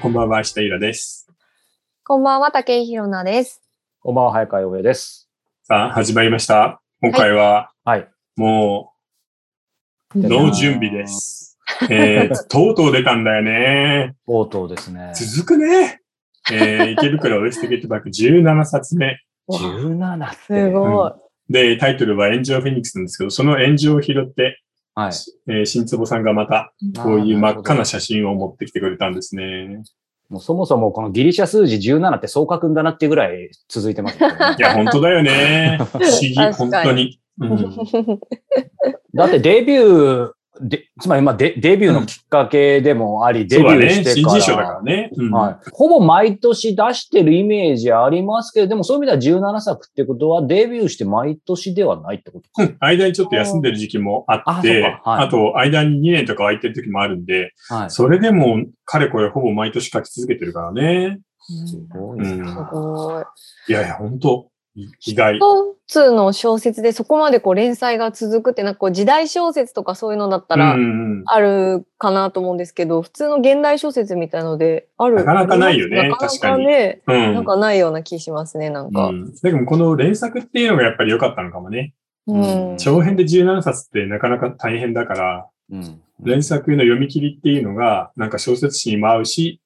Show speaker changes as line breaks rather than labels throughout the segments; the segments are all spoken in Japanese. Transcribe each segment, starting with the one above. こんばんは、下平です。
こんばんは、竹井ひろなです。
こんばんは、早川洋平です。
さあ、始まりました。今回は、
はい。
もう、
や
ノー準備です。えー、とうとう出たんだよね。
冒頭ですね。
続くね。えー、池袋 ウエストゲットバック17冊目。
17って。
すごい。
で、タイトルは炎上フェニックスなんですけど、その炎上を拾って、
はい。
えー新坪さんがまた、こういう真っ赤な写真を持ってきてくれたんですね。
もうそもそもこのギリシャ数字17ってそう書くんだなっていうぐらい続いてます、ね。
いや、本当だよね。不思議、
確かに
本当に。うん、
だってデビュー、でつまりまあデデビューのきっかけでもあり、デ
そう
ビ
だ
ューし
ね。
て
新
から。
人賞だからね。うん
はい。ほぼ毎年出してるイメージありますけど、でもそういう意味では17作ってことはデビューして毎年ではないってことか。
うん間にちょっと休んでる時期もあっ
あ
て
そ、う
あ,、
かはい
と間に2年とか空いてる時もあるんで、
はい。す
それでもかれこれほぼ毎年書き続けてるからね。
ごいな、
うん
すごい。
いやいや、本当い意外。
一つの小説でそこまでこう連載が続くって、なんかこう時代小説とかそういうのだった
う
ら
んうん
あるかなと思うんですけど、普通の現代小説みたいのである。
なかなかないよね
ありますなかなかね。
うん
なんかないような気しますね、なん
う
か。
ん、でもこの連作っていうのがやっぱり良かったのかもね。
うん
うん
長編で17冊ってなかなか大変だから、
うん。
連作の読み切りっていうのがなんか小説誌にも合うし、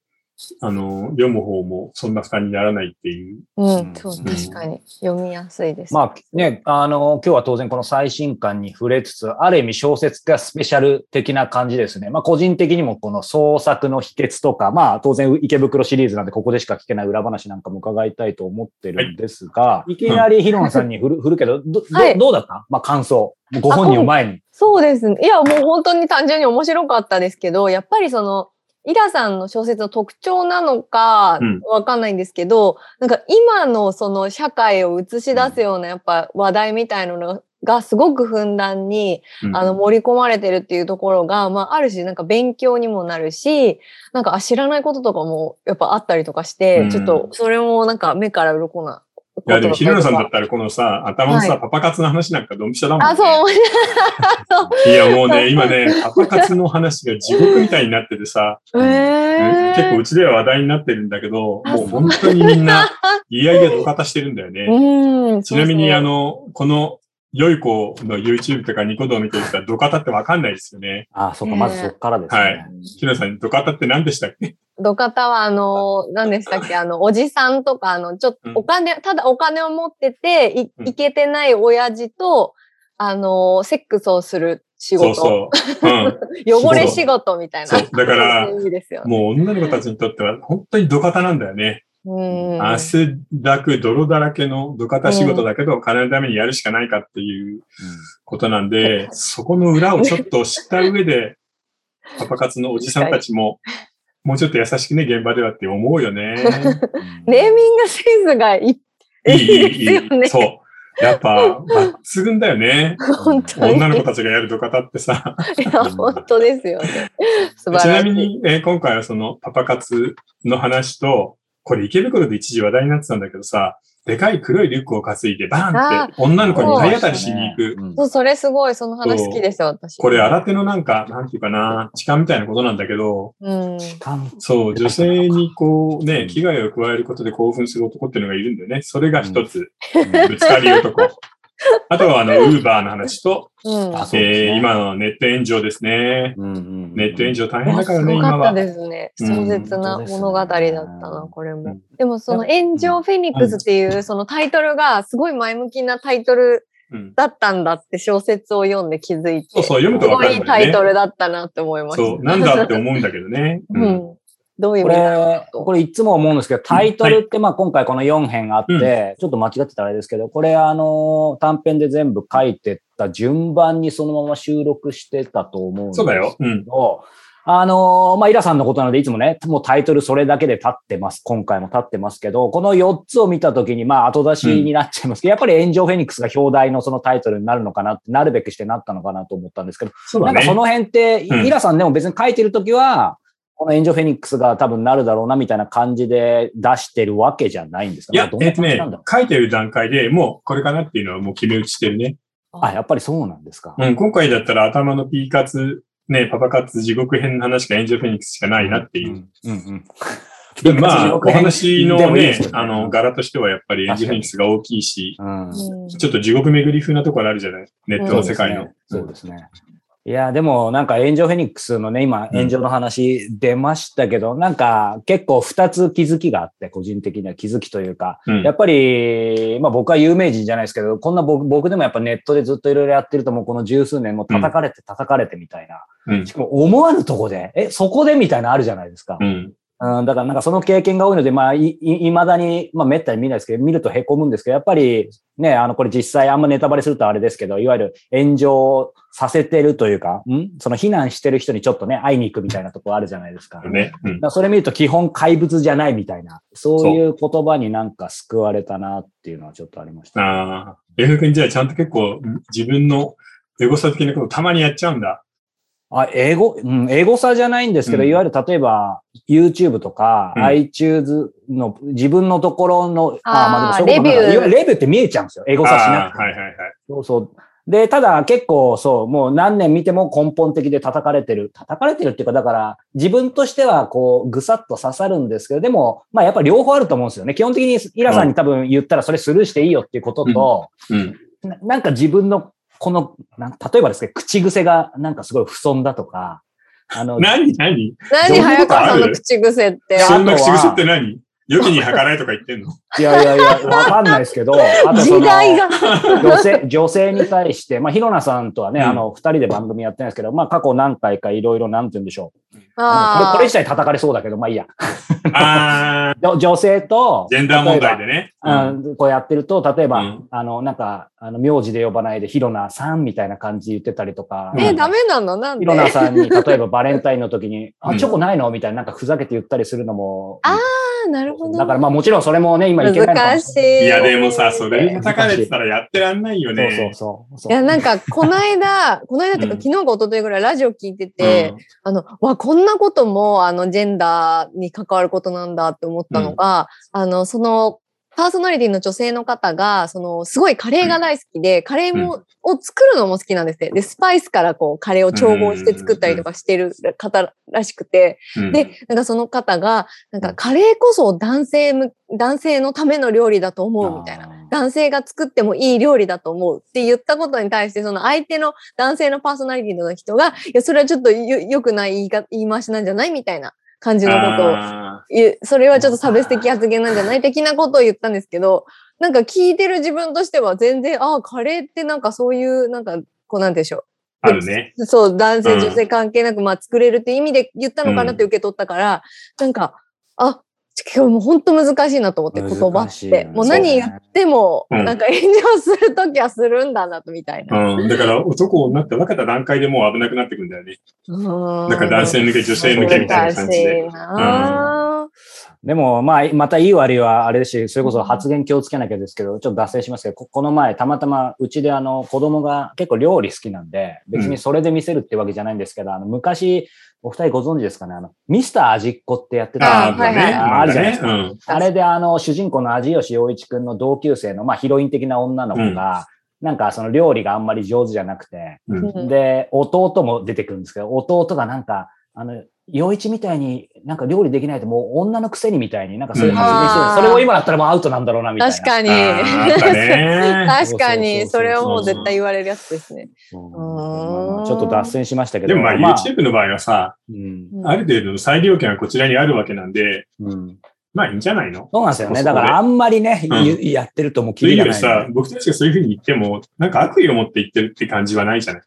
あの、読む方もそんな負担にならないっていう。
うん、そう、
うん
確かに。読みやすいです。
まあね、あの、今日は当然この最新刊に触れつつ、ある意味小説家スペシャル的な感じですね。まあ個人的にもこの創作の秘訣とか、まあ当然池袋シリーズなんでここでしか聞けない裏話なんかも伺いたいと思ってるんですが、い、きなりヒロンさん に振る,、振るけど、ど、ど
はい
どうだったまあ感想。もうご本人を前に。
そうですね。いや、もう本当に単純に面白かったですけど、やっぱりその、イラさんの小説の特徴なのか
うん、
わかんないんですけど、なんか今のその社会を映し出すようなやっぱ話題みたいなのがすごくふんだんに、
うん
あの、盛り込まれてるっていうところが、まあ、ある種なんか勉強にもなるし、なんかあ知らないこととかもやっぱあったりとかして、
うん
ちょっとそれもなんか目から鱗なこ
い
と
や、でも、ひろ
な
のさんだったら、このさ、頭のさ、
はい
パパ活の話なんかドンピシャだもん、ね。
あ、そう、
いや、もうね、今ね、パパ活の話が地獄みたいになっててさ、
えー、
結構うちでは話題になってるんだけど、
あ
もう本当にみんな、いやいや、土方してるんだよね。
うん。
ちなみに、
そうそう
あ、の、この、良い子の YouTube とかニコ動を見てる人は、土方ってわかんないですよね。
ああ、そっか、まずそっからですね。
はいひろさん、土方って何でしたっけ
土方は、あの、何でしたっけ、あの、おじさんとか、あの、ちょっと
うん
お金、ただお金を持ってて、い
うん
いけてない親父と、あの、セックスをする仕
そう
事。
そう。 うん。
汚れ仕事みたいな。
そうだから
そういう意味ですよね。
もう女の子たちにとっては、本当に土方なんだよね。
うん。
汗だく、泥だらけの土方仕事だけど、金のためにやるしかないかっていうことなんで、そこの裏をちょっと知った上で、パパ活のおじさんたちも、もうちょっと優しくね、現場ではって思うよ ね。
うん
ネーミングセンスがいい。
いい、いい、
です
い
よね
い。そう。やっぱ、抜群だよ ね。
本当に。
女の子たちがやる土方ってさ。
いや、本当ですよね。素晴らし
ち
い。
なみに、えー今回はそのパパ活の話と、これ池袋で一時話題になってたんだけどさ、でかい黒いリュックを担いでバーンって女の子に体当たりしに行く。
うん
そう、それすごい、その話好きですよ、私。
これ、新手のなんか、なんていうかな、痴漢みたいなことなんだけど、
うん。
そう、女性にこうね、危害を加えることで興奮する男っていうのがいるんだよね。それが一つ、ぶつかり 男。あとは、あの、ウーバーの話と、
うん。
あそうですね
えー今のネット炎上ですね。
うんうん
ネット炎上大
い
変
や
だか
す
らね、
ご
今
かった
は。
ですね。
うん
壮絶な
本当ですね
物語だったな、これ
う
も
ん。
でもその炎上フェニックスっていうそのタイトルがすごい前向きなタイトル
うん
だったんだって小説を読んで気づいて。
そうそう、読むと
す
わ
ご
か
いい
る
い
ん
タ
だ
イト
よね。
ルだったなって思いました。
そう、なんだって思うんだけどね。
う。ん。どういう意
こ
味だ
れ、これいつも思うんですけど、タイトルって、まあ今回この4編あって、
うん
ちょっと間違ってたらあれですけど、これあのー、短編で全部書いてった順番にそのまま収録してたと思うんです
そうだよ。うん
け。ど、あのー、まあイラさんのことなのでいつもね、もうタイトルそれだけで立ってます。今回も立ってますけど、この4つを見たときに、まあ後出しになっちゃいますけど、やっぱり炎上フェニックスが表題のそのタイトルになるのかなって、なるべくしてなったのかなと思ったんですけど、
そうだ
なんかそ
ね。
の辺って、
うん
イラさんでも別に書いてるときは、この炎上フェニックスが多分なるだろうなみたいな感じで出してるわけじゃないんですか
いや、
どん
えっ
な
と
感じ
ね
なんだろ、
書いてる段階でもうこれかなっていうのはもう決め打ちしてるね。
う。あ、やっぱりそうなんですか。
うん、今回だったら頭のピーカツ、ね、パパ活地獄編の話かエンジェルフェニックスしかないなっていう。
うんうん
でま あ、お話
で
の
もいいで
ね
すよ、ね
あの、柄としてはやっぱりエンジンフェニックスが大きいし、
うん。
うん
ちょっと地獄巡り風なところあるじゃないネットの世界の。
そうですね。そうですねいや、でもなんか炎上フェニックスのね、今炎上の話出ましたけど、なんか結構二つ気づきがあって、個人的には気づきというか、
うん
やっぱり、まあ僕は有名人じゃないですけど、こんな僕僕でもやっぱネットでずっといろいろやってるともうこの十数年もう叩かれて叩かれてみたいな。
うん
し。かも思わぬとこで、え、そこでみたいなのあるじゃないですか。
うん。
うん、だからなんかその経験が多いので、まあ、い、い未だに、まあ、めったに見ないですけど、見ると凹むんですけど、やっぱり、ね、あの、これ実際あんまネタバレするとあれですけど、いわゆる炎上させてるというか、んその避難してる人にちょっとね、会いに行くみたいなとこあるじゃないですか。
ね。う
だ
ん
か。らそれ見ると基本怪物じゃないみたいな、そういう言葉になんか救われたなっていうのはちょっとありました。
ああ。エフ君じゃあちゃんと結構自分のエゴサ的なことたまにやっちゃうんだ。
あ、英語、うん、英語差じゃないんですけど、
うん
いわゆる例えば YouTube とか、
うん
iTunes の自分のところの、
あー
そういうことなんだ
レビュー
いわゆるレビューって見えちゃうんですよ。英語差しな
あ
く
あ、
ても。
はいはいはい。
そうそう。で、ただ結構そう、もう何年見ても根本的で叩かれてる。叩かれてるっていうか、だから自分としてはこう、ぐさっと刺さるんですけど、でも、まあやっぱ両方あると思うんですよね。基本的にイラさんに多分言ったらそれスルーしていいよっていうことと、
うん。
ななんか自分のこの、なん例えばですけど、口癖がなんかすごい不損だとか、あの、
何何
何
どういう
早
ことあ
川
る
さんの口癖って。
や
そんな
あと
口
は
癖って何良きに計らえとか言ってんの
いやいやいや、わかんないですけど、あとその
時代が。
女性、女性に対して、まあ、ひろなさんとはね、
うん
あの、二人で番組やってないですけど、まあ、過去何回かいろいろ、なんて言うんでしょう。これ、
あ
これ自
ー
体叩かれそうだけど、まあ、いいや。
ああ、
女女性と、
ジェンダー問題でね。
例えば。うん、こうやってると、例えば、
うん
あの、なんか、あの、名字で呼ばないで、ひろなさんみたいな感じで言ってたりとか。
うん
え、ダメなのなんで
ひろなさんに、例えばバレンタインの 時に、
う
あ、
ん
チョコないのみたいな、なんかふざけて言ったりするのも。
ああー、なるほど。
だからまあもちろんそれもね、今いけないのかも
難
し
し。
れない
いやでもさ、それに叩かれてたらやってらんないよね。
そうそうそう。
いや、なんか、この間、 この間っていう
う
か、
ん
昨日か一昨日ぐらいラジオ聞いてて、
う
あの、わ、こんなことも、あの、ジェンダーに関わることなんだって思ったのが、あの、その、パーソナリティの女性の方が、その、すごいカレーが大好きで、カレーも、を作るのも好きなんですって。で、スパイスからこう、カレーを調合して作ったりとかしてる方らしくて、
ん
で、なんかその方が、なんか、カレーこそ男性む、男性のための料理だと思うみたいな。
な
男性が作ってもいい料理だと思うって言ったことに対して、その相手の男性のパーソナリティの人が、いや、それはちょっとよ良くない言いか言い回しなんじゃないみたいな感じのことを
あ
言う、それはちょっと差別的発言なんじゃない的なことを言ったんですけど、なんか聞いてる自分としては全然、ああ、カレーってなんかそういう、なんか、こうなんて言うんでしょ
ーあるね。
う。そう、男
う
性、
ん
女性関係なく、まあ作れるって意味で言ったのかなって受け取ったから、なんか、あ、今日もう本当難しいなと思って、言葉って。もう何言っでも、
うん
なんか炎上するときはするんだなと、みたいな。
うん、だから男になって分けた段階でもう危なくなってくるんだよね。
な
なんか男性向け、女性向けみたいな感じで。
難しいなぁ
でも、まあ、またいい悪いはあれですし、それこそ発言気をつけなきゃですけど、ちょっと脱線しますけど、ここの前、たまたまうちであの、子供が結構料理好きなんで、別にそれで見せるってわけじゃないんですけど、あの、昔、お二人ご存知ですかね、あの、ミスター味っ子ってやってた。
ああ、
はいはい
ね。
あるじゃないですか
まだね
あれであの、主人公の味吉陽一くんの同級生の、まあ、ヒロイン的な女の子が、なんかその料理があんまり上手じゃなくて、
うん。うん。
うん
で、弟も出てくるんですけど、弟がなんか、あの、洋一みたいに、なんか料理できないともう女のくせにみたいになんかそういう発言してる、
うん
それを今だったらもうアウトなんだろうなみたいな。
確かに。
あーあった ね。
確かに、
そ
そう
そうそうそう
れはもう絶対言われるやつですね。
うん
うん
ちょっと脱線しましたけど。
でもまあ
まあ
YouTube の場合はさ、
うん
うん
ある程度の裁量権はこちらにあるわけなんで、
うん
まあいいんじゃないの
そうなんですよね。
そこで
だからあんまりね、
うん
ゆやってるともう
と
キ
いう
リ
より
がないんで
さ、僕たちがそういうふうに言っても、なんか悪意を持って言ってるって感じはないじゃない。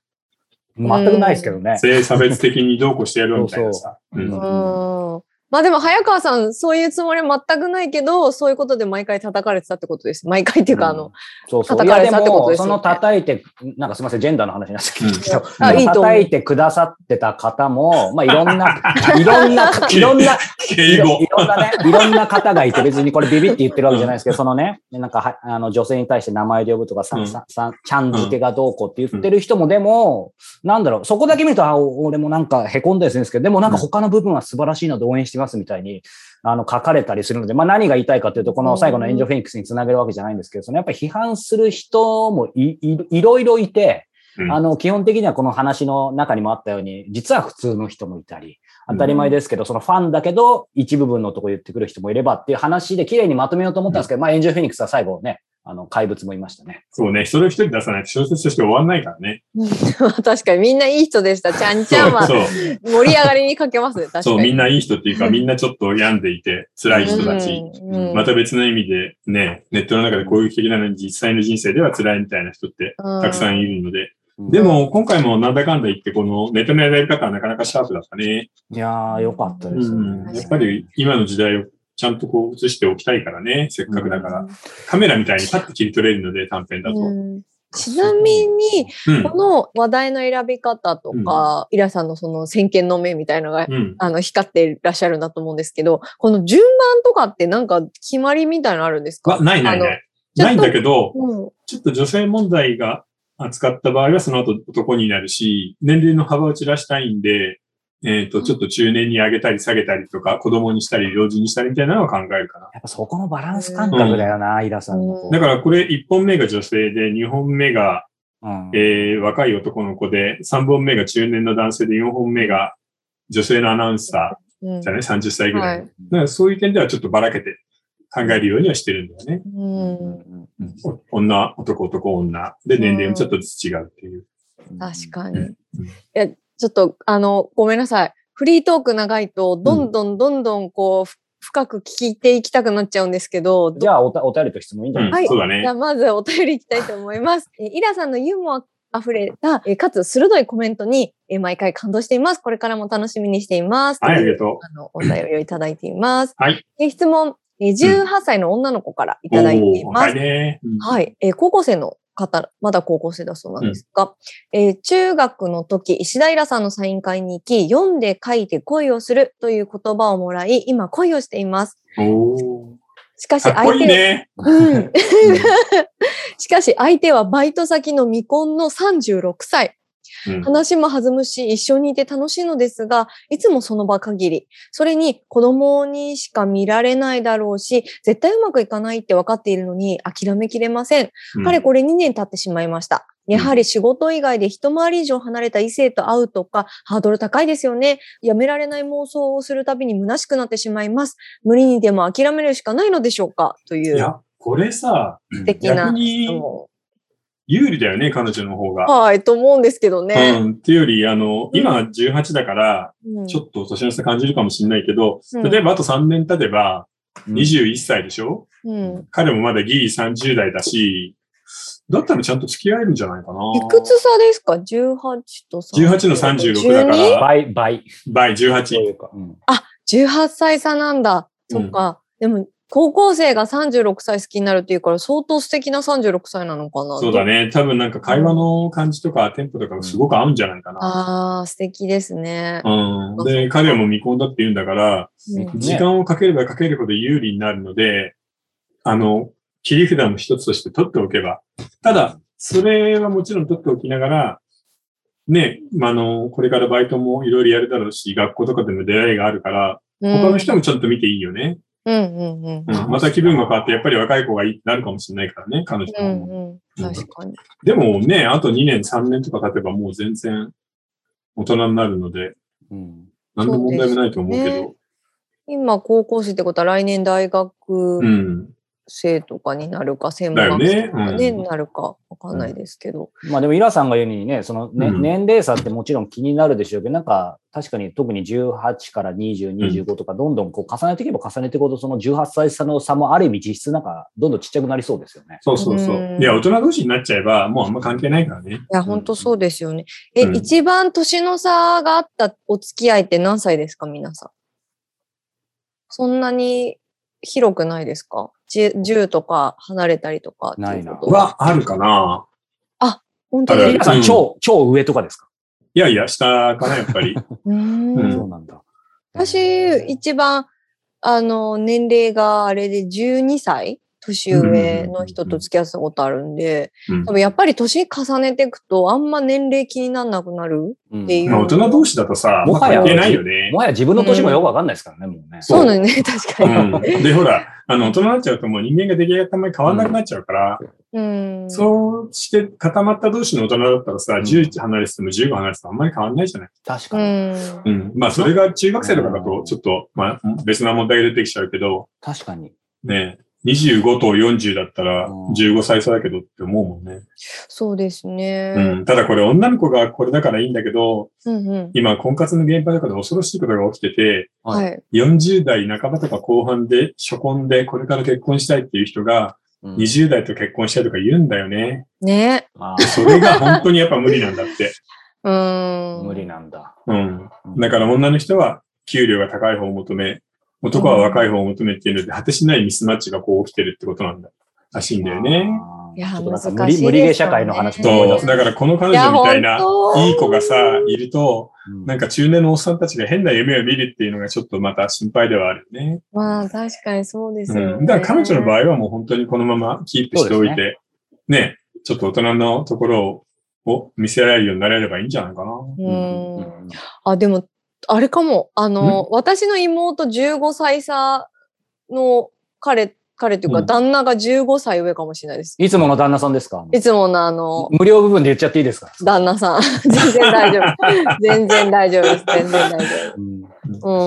全くないですけどね。
性差別的にどうこうしてやろうみたいなさ。
そうそう
う
うんん。まあでも、早川さん、そういうつもりは全くないけど、そういうことで毎回叩かれてたってことです。毎回っていうか、あ
う
の
ん、、そうそう。い
叩か
や
れ
で
たってこと
も、
です
そ
よね
の叩いて、なんかすみません、ジェンダーの話になっちゃうんですけど、
うん
あいいと思う
叩いてくださってた方も、まあいろ んな、いろんな、いろんな、い
敬
ろ
語
い。ろんなね、いろんな方がいて、別にこれビビって言ってるわけじゃないですけど、そのね、なんかは、あの、女性に対して名前で呼ぶとか、さ
うん
ん、さん、さん、ちゃん付けがどうこうって言ってる人も、でも、なんだろう、そこだけ見ると、あ、お俺もなんか凹んだりするんですけど、でもなんか他の部分は素晴らしいので応援してますみたいに、あの、書かれたりするので、まあ何が言いたいかというと、この最後の炎上フェニックスにつなげるわけじゃないんですけど、そのやっぱり批判する人もい、い、いろいろいて、
うん
あの、基本的にはこの話の中にもあったように、実は普通の人もいたり、当たり前ですけど、そのファンだけど、一部分のとこ言ってくる人もいればっていう話で綺麗にまとめようと思ったんですけど、まあ、エンジェル・フェニックスは最後ね、あの、怪物もいましたね。
そうね、一人一人出さないと小説として終わんないからね。
確かにみんないい人でした。ちゃんちゃんは
そう、
盛り上がりにかけますね。確かに。
そう、みんないい人って いうか、みんなちょっと病んでいて、辛い人たち。
うんうん
また別の意味で、ね、ネットの中で攻撃的なのに実際の人生では辛いみたいな人ってたくさんいるので。でも、今回もなんだかんだ言って、このネットのやり方はなかなかシャープだったね。
いやー、よかったですね。
うん、やっぱり今の時代をちゃんとこう映しておきたいからね、せっかくだから。カメラみたいにパッと切り取れるので、短編だと。
う
うん
んちなみに、この話題の選び方とか、イラさんのその先見の目みたいなのが、
うん。
あの、光っていらっしゃるんだと思うんですけど、この順番とかってなんか決まりみたいなのあるんですか
わ、ないないない。
ちょっと
ないんだけど、
うん。
ちょっと女性問題が扱った場合はその後男になるし、年齢の幅を散らしたいんで、えっ、と、ちょっと中年に上げたり下げたりとか、子供にしたり、老人にしたりみたいなのは考えるかな。
やっぱそこのバランス感覚だよな、イラさんのこう。
だからこれ1本目が女性で、2本目が、
うん
えー若い男の子で、3本目が中年の男性で、4本目が女性のアナウンサ
うん
ーじゃない ?30 歳ぐらい。
は
だ
い
からそういう点ではちょっとばらけて考えるようにはしてるんだよね。
うん
お女、男、男、女。で、年齢もちょっとずつ違うっていう。
確
に。
かに。
うん
いや、ちょっと、あの、ごめんなさい。フリートーク長いと、どんどんどんどん、こう、ふ深く聞いていきたくなっちゃうんですけど、ど
じゃあおた、お便りと質問いいんじゃ
う
ない
ん、
ですか
そ
はい
うだね
じゃ。あまずお便りいきたいと思 います。えイラさんのユーモアあふれた、えかつ鋭いコメントに、え毎回感動しています。これからも楽しみにしています。
はい、あ
と
り
いう
がとう。
あの、お便りをいただいています。
はい
え質問、え18歳の女の子からいただいてい
おー
ます
若い。ね。うん
はい。えー高校生の方、まだ高校生だそうなんですが、えー中学の時、石平さんのサイン会に行き、読んで書いて恋をするという言葉をもらい、今恋をしています。
お
しかし
ーかっこ
相
いい
手、
ね。
うん。しかし相手はバイト先の未婚の36歳。
うん
話も弾むし、一緒にいて楽しいのですが、いつもその場限り。それに子供にしか見られないだろうし、絶対うまくいかないって分かっているのに諦めきれません。
うん
かれこれ2年経ってしまいました。やはり仕事以外で一回り以上離れた異性と会うとか、ハードル高いですよね。やめられない妄想をするたびに虚しくなってしまいます。無理にでも諦めるしかないのでしょうかとい
いうや、これさ、
素敵な
逆に
質問。
有利だよね、彼女の方が。
はい、と思うんですけどね。
うん。っていうより、あの、
うん
今18だから、
うん
ちょっと年の差感じるかもしれないけど、
うん
例えばあと3年経てば、
うん
21歳でしょ
うん
彼もまだギリ30代だし、だったらちゃんと付き合えるんじゃないかな。
いくつ差ですか ?18 と36。
18の36だか
12?
ら、
倍、倍。
倍
とい
18。
うか。うん
18歳差なんだ。そっか。でも、高校生が36歳好きになるっていうから、相当素敵な36歳なのかな。
そうだね。多分なんか会話の感じとかテンポとかがすごく合うんじゃないかな。
ああ、素敵ですね。
うん。で、彼も未婚だって言うんだから、
うん
時間をかければかけるほど有利になるので、あの、切り札の一つとして取っておけば。ただ、それはもちろん取っておきながら、ね、まああの、これからバイトもいろいろやるだろうし、学校とかでも出会いがあるから、他の人もちゃんと見ていいよね。
うんうんうん
うんまた気分が変わって、やっぱり若い子がいいってなるかもしれないからね、彼女
う
も。
んうん。確かに。
でもね、あと2年、3年とか経てばもう全然大人になるので、
うん
何の問題もないと思うけど。
今、高校生ってことは来年大
う
学
ん。
生とかになるか、専門学生とか
だよ
ね、
ねうん
なるかわかんないですけど。
まあでも、イラさんが言うにね、そのね、
うん
年齢差ってもちろん気になるでしょうけど、なんか、確かに特に18から20、25とか、どんどんこう重ねていけば重ねていくほど、その18歳差の差もある意味実質なんか、どんどんちっちゃくなりそうですよね。
そうそうそうう。
ん
いや、大人同士になっちゃえば、もうあんま関係ないからね。
いや、本当そうですよね。え、
うん
一番年の差があったお付き合いって何歳ですか、皆さん。そんなに広くないですか 10, 10とか離れたりとかっていうことは。
は、あるかな
本当
ある
イ
に
ラさ、
うんん
超、超上とかですか
いやいや、下かな、やっぱり。
うー
うんん
そうなんだ。
私、一番、あの、年齢があれで12歳年上の人と付き合ってたことあるんで、
うん
多分やっぱり年重ねていくと、あんま年齢気にならなくなるっていう。
まあ大人同士だとさ、
もはや
関係ないよね
も。はや自分の年もよくわかんないですからね、もうね。
そ
そうなのね、確か
う
に。
ん、で、ほら、あの、大人になっちゃうともう人間が出来上がったあんまり変わんなくなっちゃうから、
うん。
そうして固まった同士の大人だったらさ、
ん
10離れてても15離れててもあんまり変わんないじゃない。
確か
う
に。
ん。
うん。まあ、それが中学生とかだと、ちょっと、まあ、別な問題が出てきちゃうけど、
確かに。
ね、25と40だったら
うん
15歳差だけどって思うもんね。
そうですね。
うん。ただこれ女の子がこれだからいいんだけど、
うんうん。
今婚活の現場とかで恐ろしいことが起きてて、
はい
はい。
40代半ばとか後半で初婚でこれから結婚したいっていう人が、
うん
20代と結婚したいとか言うんだよね。
ね。
あ
それが本当にやっぱ無理なんだって。
うん
ー。無理なんだ。
うん。だから女の人は給料が高い方を求め、男は若い方を求めっていうので、果てしないミスマッチがこう起きてるってことなんだ。らしいんだよね。
あー
いや
ちょっとなんか無
難しいですよ
理、
ね
無理ゲー社会の話も思
そ
い出
う。
す。
だからこの彼
いや、
女み
本
たいな、
当
いい子がさ、いると、
うん
なんか中年のおっさんたちが変な夢を見るっていうのがちょっとまた心配ではあるよね。
まあ、確かにそうですよ、ね
うん。だから彼女の場合はもう本当にこのままキープしておいて、ねちょっと大人のところをを見せられるようになれればいいんじゃないかな。
うん
うんうん
あ、でも、あれかも。あの、私の妹15歳差の彼、彼っていうか、
うん
旦那が15歳上かもしれないです。
いつもの旦那さんですか
いつものあの、
無料部分で言っちゃっていいですか
旦那さん。 全然大 丈夫。全然大丈夫です。全然大丈
うん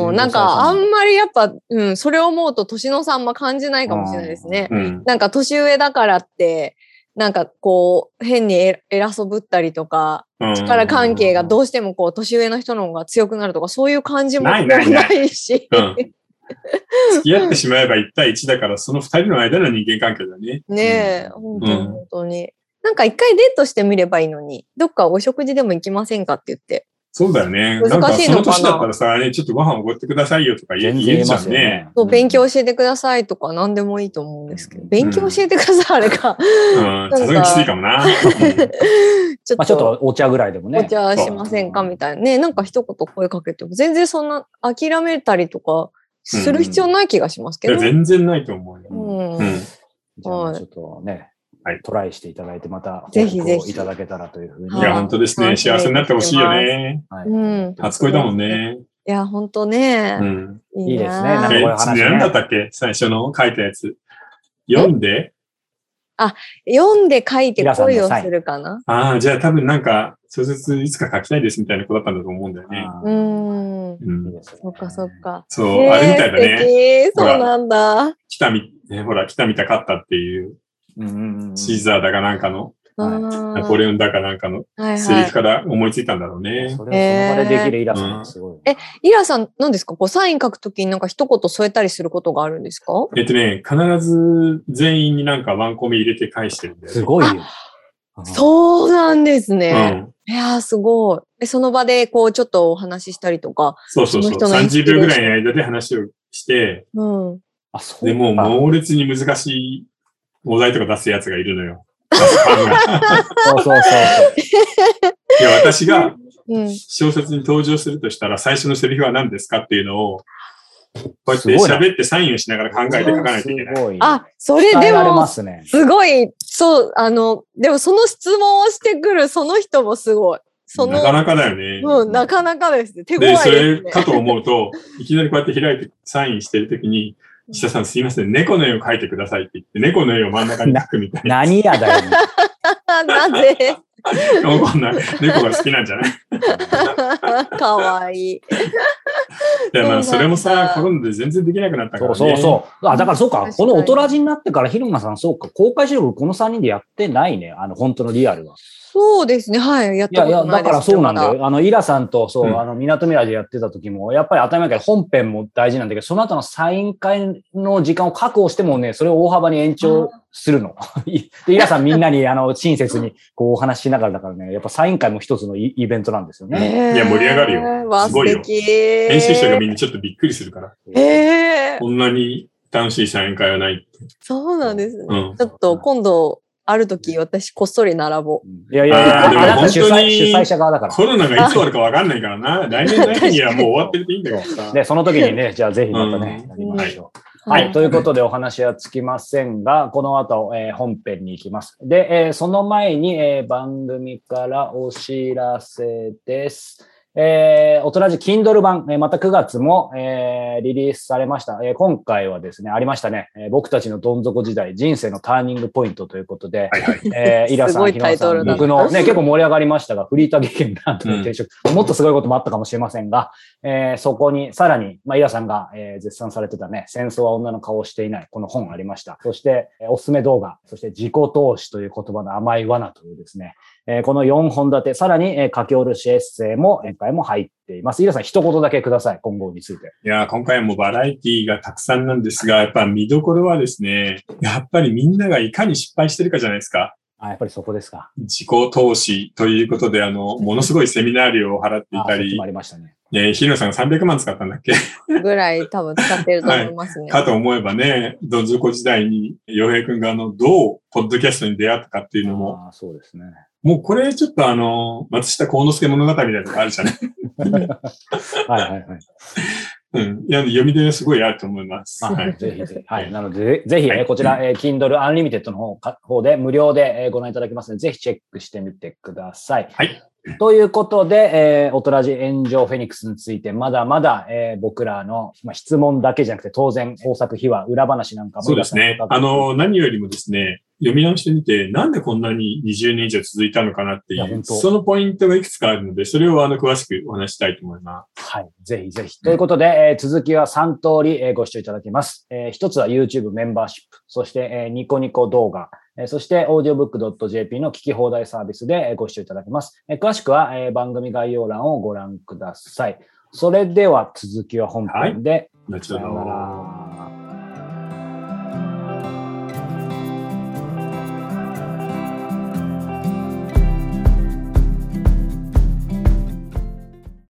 夫。うん。なんか、あんまりやっぱ、うん、それを思うと年の差あんま感じないかもしれないですね。
うん。
なんか、年上だからって、なんかこう、変にえ偉そぶったりとか、
うん
力関係がどうしてもこう年上の人の方が強くなるとかそういう感じも
ないないない
ないし。
うん。付き合ってしまえば1対1だから、その2人の間の人間関係だね。
ねえ、
う
本
ん
当に
うん
本当に。なんか一回デートしてみればいいのに、どっかお食事でも行きませんかって言って。
そうだよね。なんか
難しい
そ
の
の
かな
年だったらさ、ねちょっとご飯おごってくださいよとか言え
全然
言
言
え
え
ち
ま
ゃう
すよ
ね
ね。。
そう勉強教えてくださいとか何でもいいと思うんですけど、
うん
勉強教えてください、あれか。
うん。さすがにきついかも な。
ちょ
まあ
っ
ちょっ
と
とお茶ぐらいでも
お
ね。
茶しませんかみたいな。ねなんか一言声かけても全然そんな諦めたりとかする必要ない気がしますけ
うんい
ど。
や全然ないと思うよ。
うん
うん。
じゃ
は
あ
い
ちょっとね
はい、
トライしていただいて、また、
ぜひぜひ
いただけたらというふうに。
い
はい
や、本当です
は
ね。
い
幸せになってほしいよね。
はい
うん
初恋だもんね。
いや、ほんとね
う。ん。
いいですね
な
え、
な
あ
んかこういう話ね
何だったっけ最初の書いたやつ。読んで
読んで書いて恋をするかな。
ああ、じゃあ多分なんか、小説いつか書きたいですみたいな子だったんだと思うんだよね。
あ
う
ー
ーん。
う
いい
ん。
ですね
そっかそっ。か。
そう、あれみたいだね。
ね。素敵
ほ
そう
ら
なんだ。
北見、ね、ほら、北見たかったっていう、
うんうんうんうん
シーザーだかなんかの、
あ
はい
ー
ナポレオンだかなんかの
はい
セリフ
は
から思いついたんだろうね。
それをその場でできるイラストがすごい。
えーい。イラさん、何ですかこうサイン書くときになんか一言添えたりすることがあるんですか
えっとね、必ず全員になんかワンコメ入れて返してるんだよね。
すごいよ。
そうなんです
う
ね。
ん。
いやー、すごい。え、その場でこうちょっとお話ししたりとか。
そうそうそう。
その人のインスピ
30
レーション
秒ぐらいの間で話をして、
うん。
あ、そう
でもう
か
猛烈に難しいお題とか出すやつがいるのよ。
そうそうそう。
いや私が
うん。
小説に登場するとしたら最初のセリフは何ですかっていうのをこうやって
すごいな
喋ってサインをしながら考えて書かないといけない。
すごい。
あ、、それで
られ
も
ま、すね。
すごい、そう、あの、でもその質問をしてくるその人もすごい。そ
な
の
かなかだよね。
うん、なかなかですね。手強い
で、
です
それ
ね。
かと思うと、いきなりこうやって開いてサインしてるときに、岸田さんすいません、猫の絵を描いてくださいって言って、猫の絵を真ん中に書くみたいな。
何やだよ。
なぜ
わかんない猫が好きなんじゃない
かわいい。
で、まあ、それも
そうな
さ
んだ、
コロナで全然できなくなったか
そ
らね。
うそうそう。あ、だからそうか。
確か
こ
に
の大人になってから、ひろまさん、そうか。公開収録、この3人でやってないね。あの、本当のリアルは。
そうですね。はい。やっ
い
た
や
こ
いや、
とな
だ
いで
か
す
らそうなんだ
ま
よ。あの、イラさんと、そうう、
ん
あの、港未来でやってた時も、やっぱり当たり前だけど、本編も大事なんだけど、その後のサイン会の時間を確保してもね、それを大幅に延長する の。いで、イラさんみんなに、あの、親切に、こう、お話ししながらだからね、やっぱサイン会も一つのイイベントなんですよ
だ
ね。
へー
いや盛り上がるよ
わ、
す
素
ごいよ
敵。
編
編
集者がみんなちょっとびっくりするから。
えー、
こんなに楽しいサイン会はない。
そうなんです
う
ね。
ん。
ちょっと今度、ある時私こっそり並ぼう。
うんいやいやいや、
あーでも
あなた主
本当
催
に
主催者側だから
コ。ロナがいつ終わるかわかんないからな。来年の秋にはもう終わってるといいんだけどさ。
で、その時にね、じゃあぜひまたね、
うん
やりましょう。はい。ということでお話はつきませんが、この後、えー本編に行きます。で、えーその前に、えー番組からお知らせです。えー、おとらじ Kindle 版、えーまた9月も、えーリリースされました、えー今回はですね、ありましたね、えー僕たちのどん底時代、人生のターニングポイントということで、
はいはい。
えー、イラ
す
さ
ご
ん、
い
ヒロ
タイ
さ
トル
ん、
だ
僕のね、結構盛り上がりましたが、フリーター経験ブランドの転職、もっとすごいこともあったかもしれませんが、えーそこに、さらに、まあ、イラさんが、えー絶賛されてたね、戦争は女の顔をしていない、この本ありました。そして、えーおすすめ動画、そして自己投資という言葉の甘い罠というですね、えーこの4本立て、さらに、えー書き下ろしエッセイも、今回も入っています。イラさん、一言だけください、今後について。
いやー、今回もバラエティがたくさんなんですが、やっぱ見どころはですね、やっぱりみんながいかに失敗してるかじゃないですか。
あ、やっぱりそこですか。
自己投資ということで、あの、ものすごいセミナー料を払ってい
あ、
た
そっち
り
も あ、りましたね。
えー、ヒロさんが300万使ったんだっけ
ぐらい多分使ってると思いますね。
かと思えばね、どん底時代に、洋平くんがあの、どう、ポッドキャストに出会ったかっていうのも、
あーそうですね。
もうこれちょっとあの、松下幸之助物語みたいなのがあるじゃない
はいはいはい。
うん。いや、読みですごいあると思います。
あ
はい。
ぜひぜひ。は。
はいい
なので、ぜぜひ、
はい
えーこちら、えー Kindle Unlimited の方か方で無料でえーご覧いただけますので、ぜひチェックしてみてください。
はい。
ということで、えー、おとらじ炎上フェニックスについて、まだまだ、えー僕らの、まあ、質問だけじゃなくて、当然、工作秘話、裏話なんかも。
そうですね。あの、、何よりもですね、読み直してみて、なんでこんなに20年以上続いたのかなってい
いや本
う、
当
そのポイントがいくつかあるので、それをあの、詳しくお話したいと思います。
はい。ぜひぜひ。ということで、えー続きは3通り、えーご視聴いただきます。えー一つは YouTube メンバーシップ、そして、えーニコニコ動画、えーそして audiobook.jp の聞き放題サービスで、えーご視聴いただけます。えー詳しくは、えー番組概要欄をご覧ください。それでは続きは本編で、
後ほど。
さようなら